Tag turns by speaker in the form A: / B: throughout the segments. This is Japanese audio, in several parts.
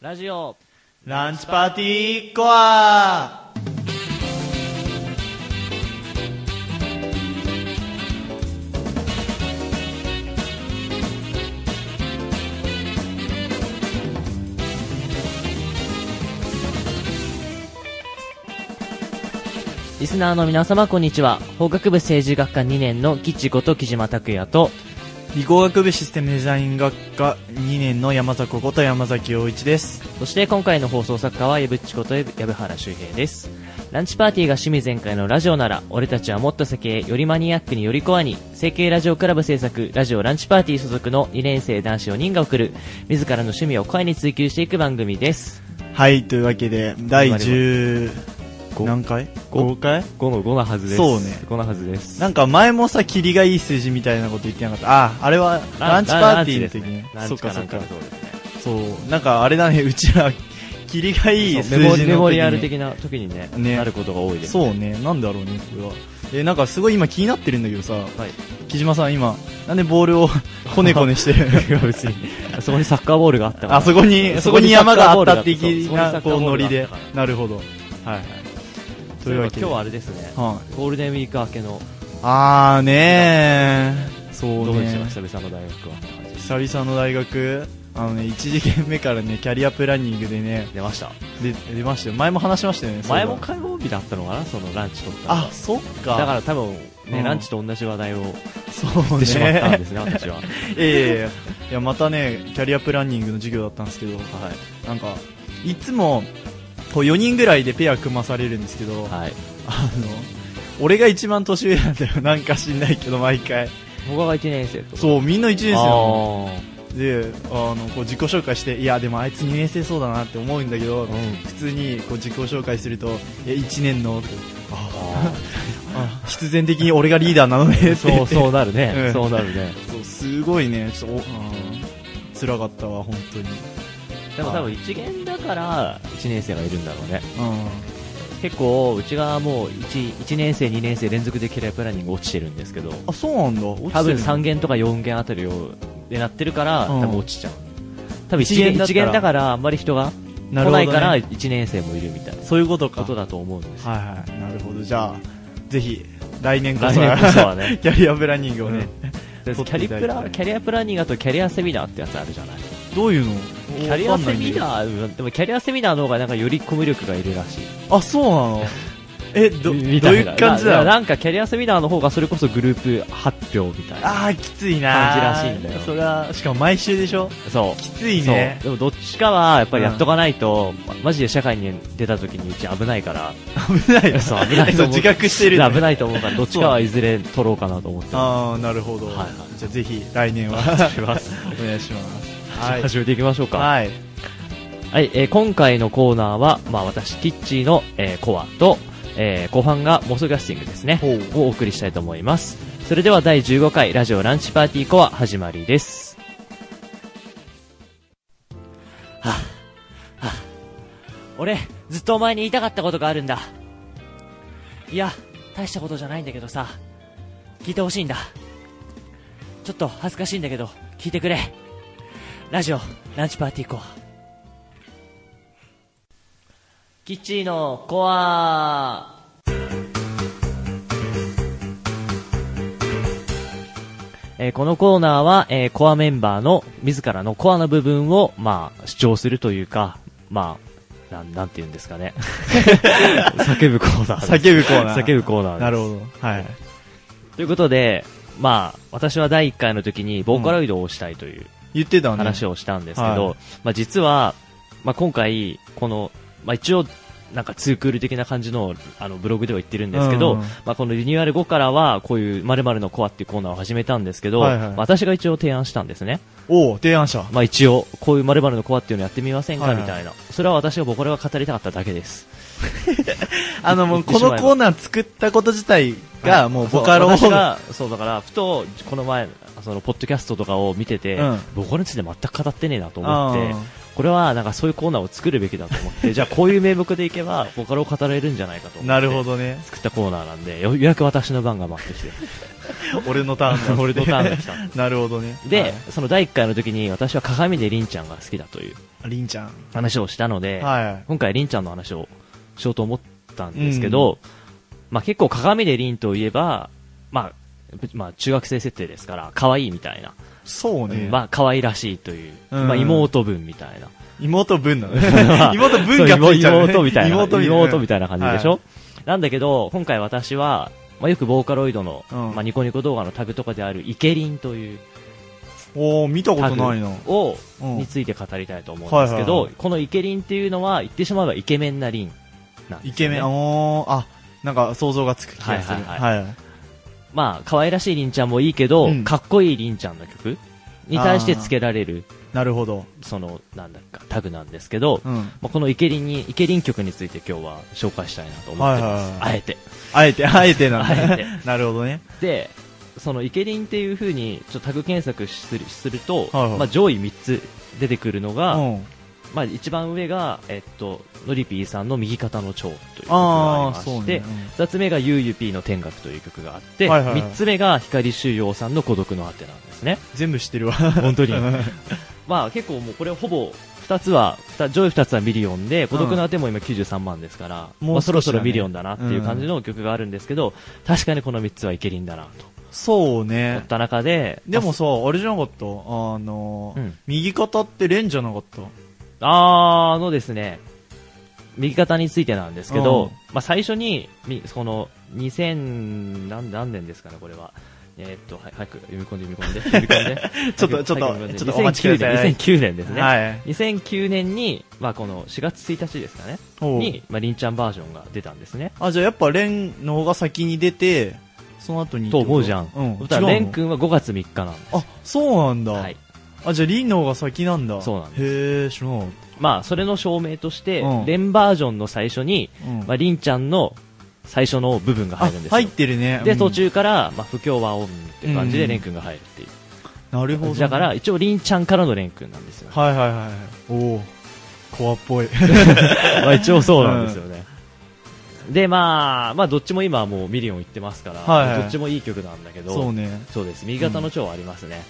A: ラジオ
B: ランチパーティーコア
A: リスナーの皆様こんにちは法学部政治学科2年の吉子と木島拓也と
B: 理工学部システムデザイン学科2年の山崎こと山崎陽一です。
A: そして今回の放送作家は矢渕こと矢原周平ですランチパーティーが趣味全開のラジオなら俺たちはもっと先へよりマニアックによりコアに成形ラジオクラブ制作ラジオランチパーティー所属の2年生男子4人が送る自らの趣味を声に追求していく番組です
B: はい、というわけで、第10、
A: 五
B: 何回
A: 五
B: ?5 回
A: 5の5なはずです
B: そうね
A: 5のはずです
B: なんか前もさ、霧がいい数字みたいなこと言ってなかった。あ、あれはランチパーティーの時ね。
A: ラン
B: そ
A: チ
B: っ
A: か
B: かそ
A: な
B: っ
A: んか
B: か
A: の。そうですね
B: そう、なんかあれだね、うちら、霧がいい数字
A: メ
B: の
A: モ
B: 時
A: リ
B: に
A: メモリアル的な時にね
B: ね
A: なることが多いです
B: そうね、なんでだろうね、これは。え、なんかすごい今気になってるんだけどさ、
A: はい
B: 木島さん今、なんでボールを こねこねし てる
A: いや別にあそこにサッカーボールがあったから
B: あそこに、
A: そ
B: そ
A: こ
B: こ
A: に
B: に
A: サッ
B: 山
A: カ
B: が
A: ーボー
B: あっ
A: ル
B: た
A: が
B: 的な、こう、ノリで
A: そこにサッカーボールがあったから。
B: なるほど。はいはい。というわけで。
A: 今日はあれですね
B: は
A: ゴールデンウィーク明けの
B: い。あーねー。そうね。
A: どうでした久々の大学はって感じです
B: 久々の大学、あのね、一次元目からね、キャリアプランニングでね、
A: 出ました
B: で出ましたよ。前も話しましたよね。そうだ
A: 前も火曜日だったのかなそのランチ取ったの
B: あ、そっか。
A: だから多分ね
B: うん
A: ランチと同じ話題を
B: そ
A: 振
B: う
A: ってしまったん
B: ね
A: で。すね私は はい
B: ええいやまたねキャリアプランニングの授業だったんですけどなんかいつもこう4人ぐらいでペア組まされるんですけど、
A: はい
B: あの俺が一番年上なんだよなんか知んないけど毎回
A: 僕が1年生とう
B: そうみんな1年生
A: です
B: なの
A: よ
B: であのこう自己紹介していやでもあいつ2年生そうだなって思うんだけど、
A: ん
B: 普通にこう自己紹介するといや1年のってああ必然的に俺がリーダーなのねって言って
A: そうそうなる
B: う
A: ね
B: ん
A: そうなる ね
B: そうすごいねちょっとおあー辛かったわ本当に
A: でも多分一元だから1年生がいるんだろうね
B: う
A: 結構うちがもう 1, 1年生2年生連続でキャリアプランニング落ちてるんですけど
B: ん、あそうなんだ落ちてる
A: 多分3限とか4限あたりをでなってるから、
B: うん
A: 多分落ちちゃう多分
B: 一
A: 1, 限
B: 限だったら
A: 一限だからあんまり人が
B: な
A: 来
B: るほど
A: な
B: ね
A: いから1年生もいるみたいな
B: そういうことか
A: ことだと思うんですよ
B: はいはいなるほどじゃあぜひ来年こ
A: 来
B: そ
A: 年こそはね
B: キャリアプランニングをね、
A: でキ
B: 取って
A: ャ
B: い
A: リ
B: た
A: プ
B: だきたい
A: ラキャリアプランニングだとキャリアセミナーってやつあるじゃない
B: どういうの
A: キャリアセミ
B: ー
A: ナーでもキャリアセミナーの方がなんかよりコミュ力がいるらしい
B: あそうなのえどどう
A: みた
B: い
A: いうな
B: 感じ
A: な
B: だ
A: なんかキャリアセミナーの方がそれこそグループ発表みたいな
B: ああきついな
A: 感じらしいんだよ
B: それはしかも毎週でしょ
A: そう
B: きついね
A: そうでもどっちかはやっぱりやっとかないと、まマジで社会に出た時にうち危ないから
B: 危ないよ
A: そう危ないと
B: そう
A: 思う
B: 自覚してるんだ
A: 危ないと思うからどっちかはいずれ取ろうかなと思ってま
B: ああなるほど、
A: はいはい
B: じゃあぜひ来年は
A: す
B: お願いし ます
A: はい
B: はい
A: 始めていきましょうか、はい
B: はい
A: えー今回のコーナーは、まあ、私キッチーの、えーコアと、えー、後半が妄想キャスティングですね
B: ほう
A: をお送りしたいと思いますそれでは第15回ラジオランチパーティーコア始まりですはあはあ俺ずっとお前に言いたかったことがあるんだいや大したことじゃないんだけどさ聞いてほしいんだちょっと恥ずかしいんだけど聞いてくれラジオランチパーティーコアキッチーのコアえーこのコーナーは、えーコアメンバーの自らのコアの部分を、まあ、主張するというか、まあ、なん、なんて言うんですかね。 叫ぶコーナーです。
B: 叫ぶコーナー
A: 叫ぶコーナーです。
B: なるほどはい
A: ということで、まあ、私は第1回の時にボーカロイドをしたいという
B: 言ってたね
A: 話をしたんですけど、
B: は
A: まあ実は、まあ今回、この、まあ一応、なんかツークール的な感じのあのブログでは言ってるんですけど、
B: うん
A: まあこのリニューアル後からは、こういう〇〇のコアっていうコーナーを始めたんですけど、
B: はいはい
A: 私が一応提案したんですね。
B: おお提案者
A: まあ一応、こういう〇〇のコアっていうのやってみませんか、
B: はいはい
A: みたいな。それは私が僕らが語りたかっただけです。
B: あのも
A: 言
B: う
A: って
B: こ
A: しまえ
B: の
A: ば
B: コーナー作ったこと自体
A: は
B: が
A: い
B: もうボカロを、
A: そう私がそうだからふとこの前そのポッドキャストとかを見てて、
B: うん
A: ボカロについて全く語ってねえなと思って
B: あ
A: これはなんかそういうコーナーを作るべきだと思ってじゃあこういう名目でいけばボカロを語れるんじゃないかと思
B: ー
A: って
B: なるほどね
A: 作ったコーナーなんでよようやく私の番が回ってきて
B: 俺のターンだっつって
A: 俺のターンが来た
B: なるほどね
A: で、
B: はい
A: その第1回の時に私は鏡でりんちゃんが好きだという
B: りんちゃん
A: 話をしたので、
B: は
A: 今回りんちゃんの話をしようと思ったんですけど、まあ結構鏡でりんといえば、まあ、ぶまあ中学生設定ですから、可愛いみたいな、
B: いそうね、
A: まあ可愛らしいという、
B: うん
A: まあ妹分みたいな。
B: 妹分なのね妹分がつ
A: そう
B: いちゃう、ね、
A: 妹みたいな。
B: 妹
A: 妹
B: みたいな
A: みたいな感じでしょ、
B: はい
A: なんだけど、今回私は、まあよくボーカロイドの、
B: うん
A: まあニコニコ動画のタグとかであるイケリンという
B: おー見たこ
A: タ
B: と
A: グ
B: ないな
A: を、
B: うん
A: について語りたいと思うんですけ
B: はいはい
A: ど
B: は、
A: このイケリンっていうのは、言ってしまえばイケメンなリンなんです、ね。
B: イケメン、あ
A: ン。
B: おーあなんか想像がつく気がする
A: はいはい
B: はい
A: まあ、可愛らしいリンちゃんもいいけど、
B: うん
A: かっこいいリンちゃんの曲に対して付けられる、
B: なるほど、
A: その、なんだか、タグなんですけど、
B: うん、
A: まあ、このイケリンに、イケリン曲について今日は紹介したいなと思ってます。
B: はいはいはい
A: あえて。
B: あえてあえてなんだ
A: あえて
B: なるほどね
A: で、そのイケリンっていう風に、ちょっとタグ検索するすると、
B: はいはい
A: まあ、上位3つ出てくるのが、
B: うん
A: まあ、一番上が、えっと、のりぴーさんの右肩の蝶という曲があ
B: あ
A: り
B: あ
A: ま
B: そう
A: して
B: ね、、
A: 二つ目が UUP の天楽という曲があって、
B: はいはいはい
A: 三つ目が光修陽さんの孤独の果てなんですね。
B: うん全部知ってるわ
A: 本当に
B: う。ん
A: まあ結構もうこれほぼ、二つは、二上位二つはミリオンで、孤独の果ても今93万ですから、
B: もう
A: まあそろそ
B: 少しだ
A: ろ
B: ね
A: ミリオンだなっていう感じの曲があるんですけど、確かにこの三つはいけりんだなと
B: そう
A: 思っ
B: ね
A: た中で、
B: でもさあれじゃなかったあのー
A: うん
B: 右肩ってレンじゃなかった
A: あーあのですね、右肩についてなんですけど、
B: うん
A: まあ最初に、みその、2000何、何年ですかね、これは。えーっと、はい、早く読み込んで読み込ん で、読み込んで。
B: ちょっと
A: 早く
B: ちょっ
A: 早
B: と
A: く読み込んで
B: ちょっとお待ちください
A: 2009年、2009年ですね。
B: はい
A: 2009年に、まあこの4月1日ですかね、
B: おう
A: に、まありんちゃんバージョンが出たんですね。
B: あじゃあやっぱレンの方が先に出てその後に
A: と思うじゃん。
B: うん
A: だから
B: 違うの
A: レン君は5月3日なんです。
B: あそうなんだ、
A: はい。
B: あじゃあリンの方が先なんだ
A: そうなんです
B: へえ知らなかっ
A: まあそれの証明として、
B: うん
A: レンバージョンの最初に、
B: たうん
A: まあ、りんちゃんの最初の部分が入るんですよ。
B: 入ってるね
A: で、
B: うん
A: 途中から、まあ、不協和音っていう感じ
B: う
A: で、
B: ん
A: レン君が入るっていう。
B: なるほどね
A: だから、一応、りんちゃんからのレン君なんです よ。
B: はいはいはいおおコアっぽい
A: まあ、一応そうなんですよね。で、まあ、まあ、どっちも今はもうミリオン行ってますから、
B: はいはい
A: どっちもいい曲なんだけど、
B: そうね
A: そうです。右肩の蝶はありますね。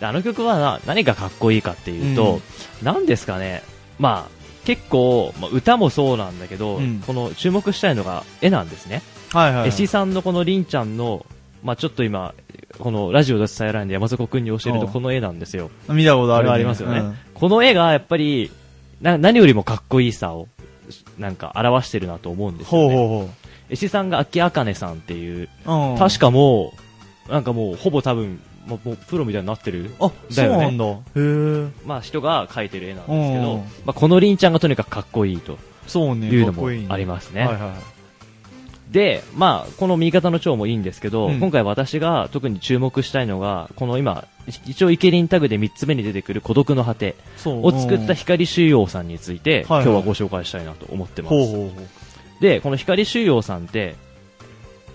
A: であの曲はな、何がかっこいいかっていうと、何ですかね、まあ、結構、まあ、歌もそうなんだけど、
B: うん
A: この注目したいのが絵なんですね。
B: はいはい
A: 絵師さんのこのりんちゃんの、まあちょっと今、このラジオで伝えられないんで山底くんに教えると
B: うん
A: この絵なんですよ。
B: 見たことあ
A: あれ
B: るね
A: はありますよね。
B: うん
A: この絵がやっぱり、な、何よりもかっこいいさを、なんか表してるなと思うんですよ、
B: ほう
A: ね。
B: ほ
A: 絵師さんが秋あかねさんっていう、
B: うほううん
A: 確かもう、なんかもうほぼ多分、もうもうプロみたいになってる。
B: あ
A: だ
B: そう
A: よね
B: なんだへえ
A: まあ人が描いてる絵なんですけ
B: うん
A: ど、まあこのりんちゃんがとにかくかっこいいと
B: そうね
A: いうの
B: かっこいい
A: もあり
B: ま
A: ます
B: す
A: ね。
B: はいはい
A: で、まあ、この右肩の蝶もいいんですけど、
B: うん
A: 今回私が特に注目したいのが、この今、い一応イケリンタグで3つ目に出てくる孤独の果て
B: そう
A: を作った光修陽さんについて、
B: はいはい
A: 今日はご紹介したいなと思ってます。
B: ほうほうほう
A: で、この光修陽さんって、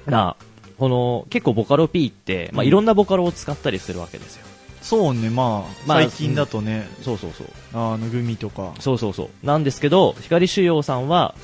A: な、この、結構ボカロ P って、まあ、
B: うん
A: いろんなボカロを使ったりするわけですよ。
B: そうねまあ
A: まあ
B: 最近だとね
A: そうそうそう。
B: あのグミとか
A: そうそうそう。なんですけど、光修陽さんは、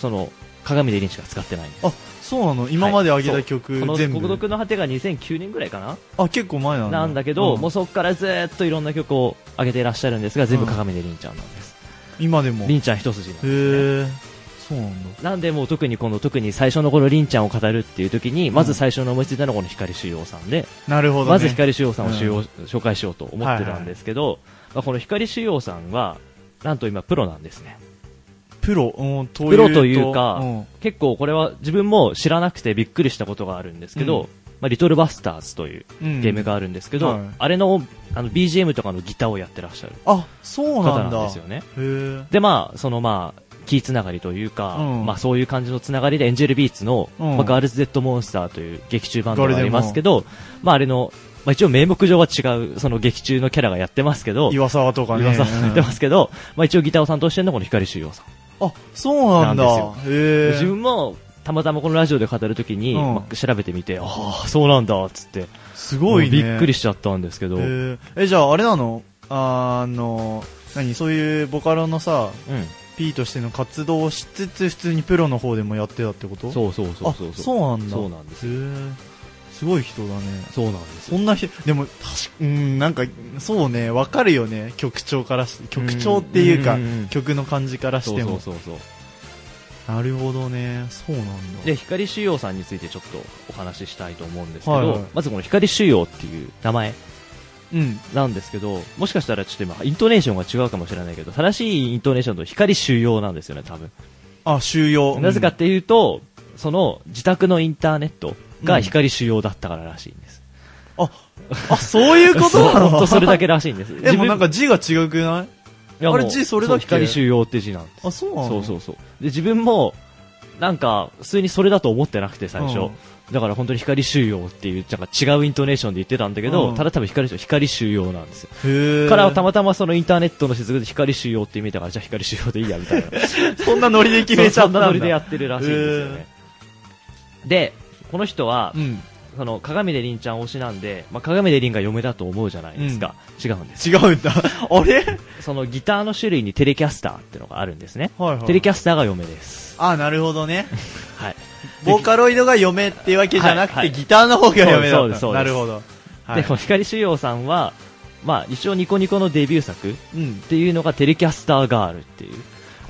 A: その、鏡でリンしか使ってないんです。
B: あそうなの今まで上げ
A: は
B: た
A: いそう
B: 曲
A: この
B: 全
A: 孤
B: 部
A: 独の果てが2009年ぐらいかな
B: あ結構前なんだ
A: なんだけど、
B: うん
A: もうそこからずーっといろんな曲を上げていらっしゃるんですが、全部鏡でりんちゃんなんです。
B: 今でも
A: り
B: へ
A: んちゃん一筋なんです、ね。
B: えそうなんだ
A: なんでもう特にこの、特に最初の頃りんちゃんを語るっていう時に、まず最初の思いついたのがこの光修陽さんで、
B: なるほどね
A: まず光修陽さんを主要、紹介しようと思ってたんですけど、まあこの光修陽さんは、なんと今プロなんですね。
B: プロうんという
A: プロというか
B: ん
A: 結構これは自分も知らなくてびっくりしたことがあるんですけど、
B: うん
A: まあ、リトルバスターズという
B: うん
A: ゲームがあるんですけど、
B: はい
A: あれの、あの BGM とかのギターをやってらっしゃる
B: あそう
A: 方
B: な
A: なんん
B: だ
A: ですよね。
B: へえ
A: で、まあ、そのまあ、キーつながりというか、
B: うん
A: まあそういう感じのつながりでエンジェルビーツの、
B: うん
A: まあ、ガールズ・デッド・モンスターという劇中バンドがありますけど、まああれの、まあ一応名目上は違う、その劇中のキャラがやってますけど、
B: 岩沢とかね
A: 岩沢さんやってますすけど、まあ一応ギターを担当してるのはこの光修陽さん。
B: あそうなんだ
A: なん
B: へえ
A: 自分も、たまたまこのラジオで語るときに、
B: うん
A: まあ調べてみて、ああ、そうなんだ、つって、
B: すごいね
A: もうびっくりしちゃったんですけど、うん。
B: へええじゃああれなのあの何そういうボカロのさ P としての活動をしつつ普通にプロの方でもやってたってことう
A: そうそうそうそう
B: あそうなんだ
A: そうなんです
B: へえすごい人だね
A: そうなんです
B: そんな人でも確かうんなんかそうねわかるよね曲調からして曲調っていうか
A: んんん
B: 曲の感じからし
A: そう
B: て
A: そ
B: も
A: うそうそう
B: なるほどねそうなんだ
A: で光修陽さんについてちょっとお話ししたいと思うんですけど、
B: はいはい
A: まずこの光修陽っていう名前
B: うん
A: なんですけどもしかしたらちょっと今イントネーションが違うかもしれないけど正しいイントネーションだと光修陽なんですよね多分
B: あ収容
A: なぜかっていうとその自宅のインターネット
B: う
A: が
B: ん
A: 光修陽だったかららしいんです、
B: あそういうこと
A: そう
B: なの
A: ほんとそ れだけらしいんです
B: でもなんか字が違くない
A: いやもう
B: あれ字それだっけ
A: う光収容って字なんです
B: あそうなの
A: そうそうそうで自分もなんか普通にそれだと思ってなくて最初、
B: うん
A: だから本当に光収容っていうなんか違うイントネーションで言ってたんだけど、
B: うん
A: ただ多分光収容光収容なんですよ、
B: へえ
A: からたまたまそのインターネットの雫で光収容って意味だからじゃあ光収容でいいやみたいな
B: そんなノリ で決めち ゃ
A: そ
B: った
A: ん
B: んだ
A: なノリでやってるらしいんですよねでこの人は、
B: うん
A: その鏡で凛ちゃん推しなんで、まあ、鏡で凛が嫁だと思うじゃないですか、違うんです
B: 違う んだあれ
A: そのギターの種類にテレキャスターってのがあるんですね
B: はいはい
A: テレキャスターが嫁です。
B: あなるほ どね
A: はい。
B: ボーカロイドが嫁ってわけじゃなくて、
A: はいはい
B: ギターの方が嫁だ
A: そうで
B: っ
A: す
B: た
A: そ
B: の
A: うです
B: なるほど、は
A: で、
B: い
A: この光修陽さんは、まあ、一応ニコニコのデビュー作っ
B: うん、
A: ていうのがテレキャスターガールっていう。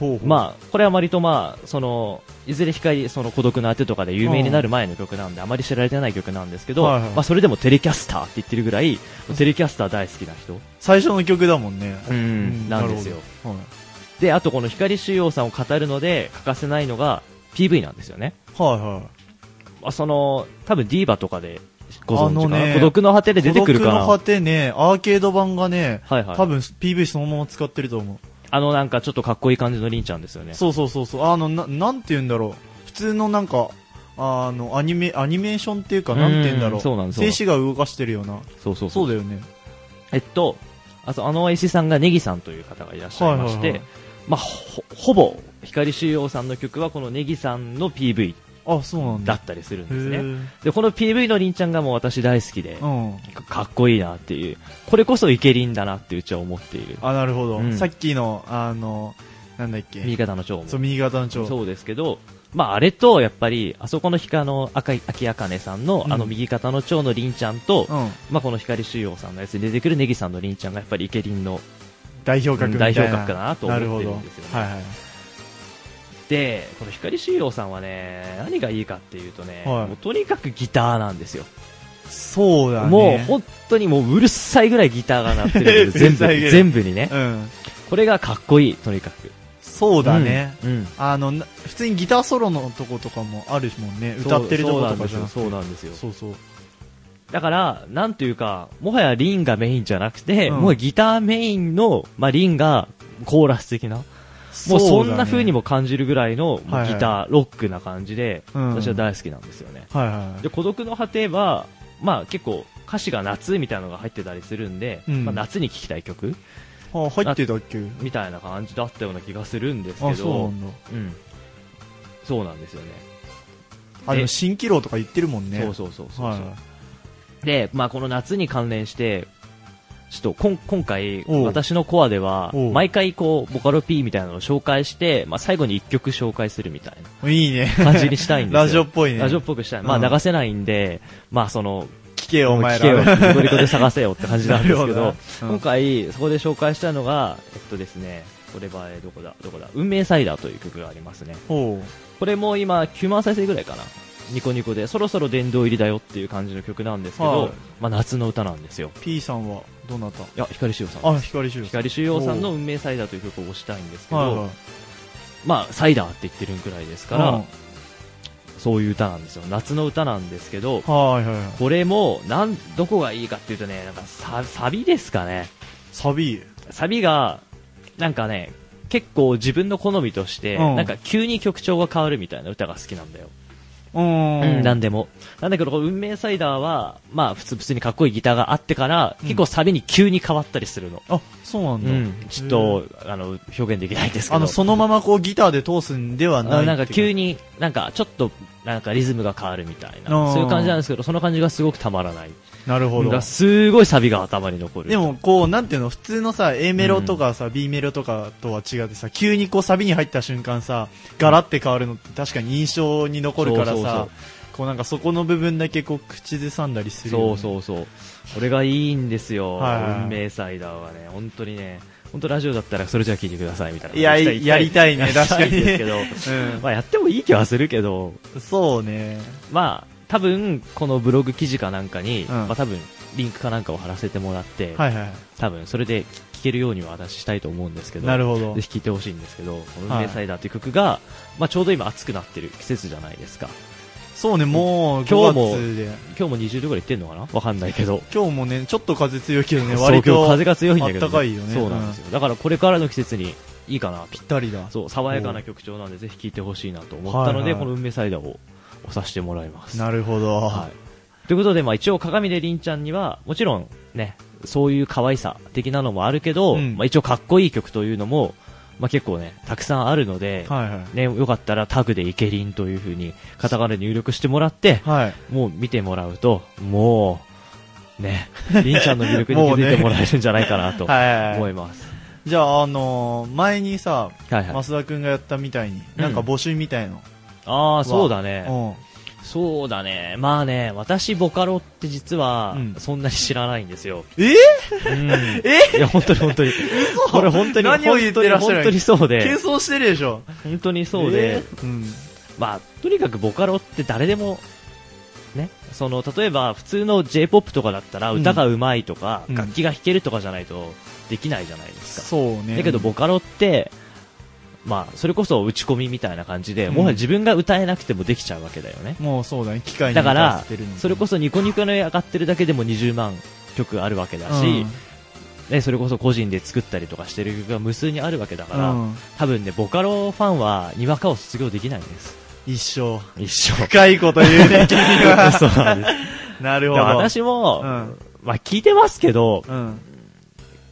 B: ほうほう
A: まあ、これは割とまあ、その、いずれ光、その孤独のあてとかで有名になる前の曲なんで、あまり知られてない曲なんですけど、
B: はいはい
A: まあ、それでもテレキャスターって言ってるぐらい、テレキャスター大好きな人、
B: 最初の曲だもんね、ん
A: なんですよ。
B: はい
A: で、あとこの光修陽さんを語るので欠かせないのが PV なんですよね。
B: はいは
A: まあ、その、多分ディーバとかでご
B: あ
A: 存知
B: の
A: かな、
B: ね
A: 孤独の果て
B: い
A: で出てくるか
B: 孤
A: な。
B: 独の果てねアーケード版がね
A: はいはい。
B: 多分 PV そのまま使ってると思う、
A: あのなんかちょっとかっこいい感じのりんちゃんですよね。
B: そうそうそうそうあのななんて言うんだろう普通のなんかあのアニメアニメーションっていうかなんて言うんだ
A: う
B: ろうん
A: そうなんです
B: 静止画動かしてるような
A: そうそう
B: そう
A: で
B: だよね
A: えっと、あとあの石井さんがネギさんという方がいらっしゃいまして、
B: はいはいはい
A: まあほ、ほぼ光修陽さんの曲はこのネギさんの PV
B: あそうなん
A: だ
B: だ
A: ったりするん
B: へ
A: です
B: え
A: ね。で、この PV のりんちゃんがもう私大好きで、
B: うん
A: かっこいいなっていう、これこそイケリンだなってうちは思っている。
B: あなるほど、
A: うん
B: さっきのあのなんだっけ
A: 右肩の蝶も。
B: そう右肩の蝶
A: そうですけど、まあ、あれと、やっぱり、あそこのひかの赤い、秋あかねさんの、あの右肩の蝶のりんちゃんと、
B: うん、
A: まあ、この光修陽さんのやつに出てくるネギさんのりんちゃんがやっぱりイケリンの
B: 代表格みたいな
A: 代表格かなと思ってるんですよね
B: なるほどはいはい
A: でこの光修陽さんはね何がいいかっていうとね、
B: はい
A: もうとにかくギターなんですよ、
B: そうだね
A: もう本当にもううるさいぐらいギターが鳴ってるんです
B: う
A: よ全
B: るさいぐら
A: 部
B: い
A: 全部にね
B: うん
A: これがかっこいいとにかく
B: そうだね、
A: うんうん
B: あのな普通にギターソロのとことかもあるもんね
A: そ
B: 歌
A: う
B: ってるとことかじゃなくて
A: そうなんですよそうなんですよ
B: そうそう
A: だからなんというかもはやリンがメインじゃなくて、
B: うん
A: もうギターメインの、まあ、リンがコーラス的なもうそんな風にも感じるぐらいのもうギター、
B: は
A: ロックな感じで、
B: うん
A: 私は大好きなんですよね。
B: はいはい
A: で、孤独の果ては、まあ結構歌詞が夏みたいなのが入ってたりするんで、
B: うん
A: まあ夏に聴きたい曲
B: あ入ってたっけ
A: みたいな感じだったような気がするんですけ
B: あそうな
A: ど、
B: んだ
A: うん。そうなんですよね。
B: あで
A: で
B: も蜃気楼とか言ってるもんね
A: そうそうそうそうそう、
B: はいはい
A: で、まあこの夏に関連して、ちょっとこん今回、
B: おう
A: 私のコアでは
B: おう、
A: 毎回こう、ボカロ P みたいなのを紹介して、まあ最後に一曲紹介するみたい
B: いいね
A: な感じにしたいんですよ。
B: ラジオっぽいね
A: ラジオっぽくしたい。まあ
B: うん
A: 流せないんで、まあその、
B: 聞けよお前
A: 聞けよ、
B: ら
A: ニコニコで探せよって感じなんですけ
B: なる
A: ど
B: ほ、どなうん
A: 今回そこで紹介したのが、えっとですね、これはえどこだ、どこだ、運命サイダーという曲がありますね。
B: ほう
A: これも今9万再生ぐらいかな。ニコニコで、そろそろ殿堂入りだよっていう感じの曲なんですけ
B: はい
A: ど、まあ夏の歌なんですよ。
B: P さんはどなた
A: いや、光修さん。
B: あ光修
A: 光修陽さんの運命サイダーという曲を推したいんですけ
B: はいは
A: ど、まあサイダーって言ってるぐらいです
B: い
A: か
B: う
A: ら
B: ん、
A: そういう歌なんですよ。夏の歌なんですけど、
B: はいはいはい
A: これも、なん、どこがいいかっていうとね、なんかサ、サビですかね。
B: サビ
A: サビが、なんかね、結構自分の好みとして、
B: うん
A: なんか急に曲調が変わるみたいな歌が好きなんだよ。
B: うん
A: なんでも。なんだけど、この運命サイダーは、まあ普通、普通にかっこいいギターがあってから、
B: うん
A: 結構サビに急に変わったりするの。
B: あそうなん
A: う
B: だ
A: ん、ちょっと、あの、表現できないんですけど。
B: あの、そのままこうギターで通すんではな
A: あ
B: い。
A: なんか急
B: に。
A: に、なんかちょっと、なんかリズムが変わるみたいな、
B: うん
A: そういう感じなんですけど、その感じがすごくたまらない。
B: なるほ
A: だか
B: ど
A: ら。すごいサビが頭に残る。
B: でも、こう、なんていうの、普通のさ、A メロとかさ、B メロとかとは違ってさ、急にこうサビに入った瞬間さ、ガラって変わるのって確かに印象に残るから
A: そうそうそ
B: さ
A: う、
B: こうなんかそこの部分だけこう口ずさんだりするよ
A: そ
B: ね
A: うそうそう。俺がいいんですよ。
B: はいはい
A: 運命祭だはね、本当にね、本当ラジオだったらそれじゃあ聞いてくださいみたいな。
B: いや
A: 行きたい
B: やりたいね
A: 行きた
B: 確かに
A: 行きたいですけど、まあやってもいい気はするけど、
B: うん、そうね
A: まあ多分このブログ記事かなんかに、
B: ん
A: まあ多分リンクかなんかを貼らせてもらって、
B: はいはい
A: 多分それで聞けるようには私したいと思うんですけど。
B: なるほど
A: ぜひ聴いてほしいんですけど、この運命祭だっていう曲が、まあちょうど今暑くなってる季節じゃないですか。
B: そうねもう
A: 今日
B: 5
A: も
B: 月で
A: 今日も20度ぐらいいってんのかなわかんないけど。
B: 今日もねちょっと風強いけどね
A: そう
B: 割と
A: 今日風が強いんだけど、
B: あったかいよね
A: そうなんですよ、だからこれからの季節にいいかな
B: ぴったりだ
A: そう爽やかな曲調なんでぜひ聴いてほしいなと思ったの
B: はい
A: で、
B: はい
A: この「運命サイダー」を押させてもらいます
B: なるほど、
A: はい、ということで、まあ、一応鏡で凛ちゃんにはもちろんねそういう可愛さ的なのもあるけど、
B: うん
A: まあ、一応かっこいい曲というのも、まあ、結構ねたくさんあるので、
B: はいはい
A: ね、よかったらタグでイケリンというふうにカタカナで入力してもらって、
B: はい
A: もう見てもらうと、もう、ね、りんちゃんの魅力に気づいてもらえるんじゃないかなと
B: はい
A: 思います。
B: じゃあ、あのー前にさ、
A: はいはい。
B: 増田くんがやったみたいに、なんか募集みたいの。
A: ああ、そうだ
B: う
A: ね。
B: ん。
A: そうだね。まあね、私、ボカロって実は
B: うん、
A: そんなに知らないんですよ。
B: え
A: うん、えいや、本当に本当に。これ本当に、
B: 何を言ってらっしゃる
A: 本当にそうで
B: 軽、装してるでしょ。
A: 本当にそうで、
B: えーうん。
A: まあ、とにかくボカロって誰でも、ね、その、例えば普通の J-POP とかだったら
B: うん
A: 歌が上手いとか、
B: うん
A: 楽器が弾けるとかじゃないとできないじゃないですか。
B: そうね。
A: だけどボカロって、まあ、それこそ打ち込みみたいな感じで、
B: うん
A: もはや自分が歌えなくてもできちゃうわけだよね。
B: もうそうだね、機械に
A: だから
B: 任せてるの、
A: それこ
B: そ
A: そニコニコの上がってるだけでも20万曲あるわけだ
B: う
A: し
B: ん、
A: ねそれこそ個人で作ったりとかしてる曲が無数にあるわけだか
B: う
A: ら、
B: ん。
A: 多分ね、ボカロファンはにわかを卒業できないんです。
B: 一生。
A: 一生。
B: 深いこと言うね、君 は。
A: そうなんです。
B: なる
A: だ
B: ほ
A: か
B: ど。
A: ら私も、
B: うん
A: まあ聞いてますけど、
B: うん。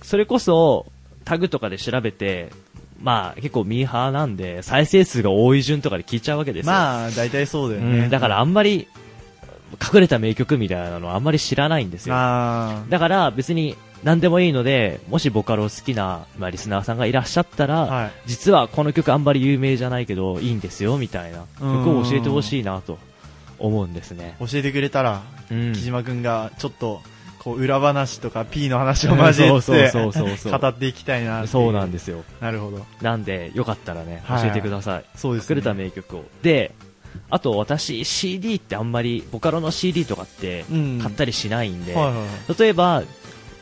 A: それこそ、タグとかで調べて、まあ結構ミーハーなんで、再生数が多い順とかで聞いちゃうわけですよ。
B: まあ、大体そうだよ
A: う
B: ね。
A: んだからあんまり、隠れた名曲みたいなのはあんまり知らないんですよ。
B: あ
A: だから別に何でもいいので、もしボカロ好きな、まあ、リスナーさんがいらっしゃったら、
B: あ。はい。
A: 実はこの曲あんまり有名じゃないけど、いいんですよみたいな曲を教えてほしいなと思うんですね。
B: 教えてくれたら、
A: うん
B: 木島くんが、ちょっと、こう、裏話とか、P の話を交 え
A: そう
B: て、
A: そうそうそう
B: 語っていきたいなってい
A: そうなん
B: で
A: ですよ。
B: なるほど。
A: なんで、よかったらね、教
B: はい
A: えてください。
B: そうです
A: 作
B: ね。
A: れた名曲を。で、あと私 CD ってあんまり、ボカロの CD とかって
B: うん
A: 買ったりしないんで、
B: はいはいはい。
A: 例えば、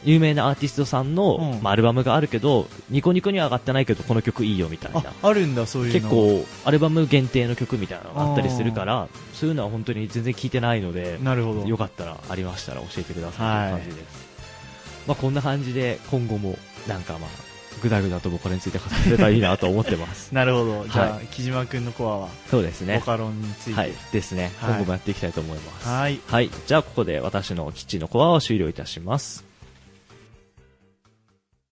A: 有名なアーティストさんの、
B: うん
A: まあ、アルバムがあるけど、ニコニコには上がってないけど、この曲いいよみたいな。
B: あ、あるんだ、そういう
A: 結。
B: の。
A: 構、アルバム限定の曲みたいなのがあったりするから、そういうのは本当に全然聞いてないので、
B: なるほど。
A: よかったら、ありましたら教えてくださいという感じです。まあ、こんな感じで、今後も、なんかまあ、ぐだぐだと僕これについて語れたらいいなと思ってま す。
B: なるほど。じゃあ、木島くんのコアは、
A: そうですね
B: ボ。カロンについて。
A: はい。ですね。
B: はい
A: 今後もやっていきたいと思います。
B: はい。
A: はい。じゃあ、ここで私のキッチンのコアを終了いたします。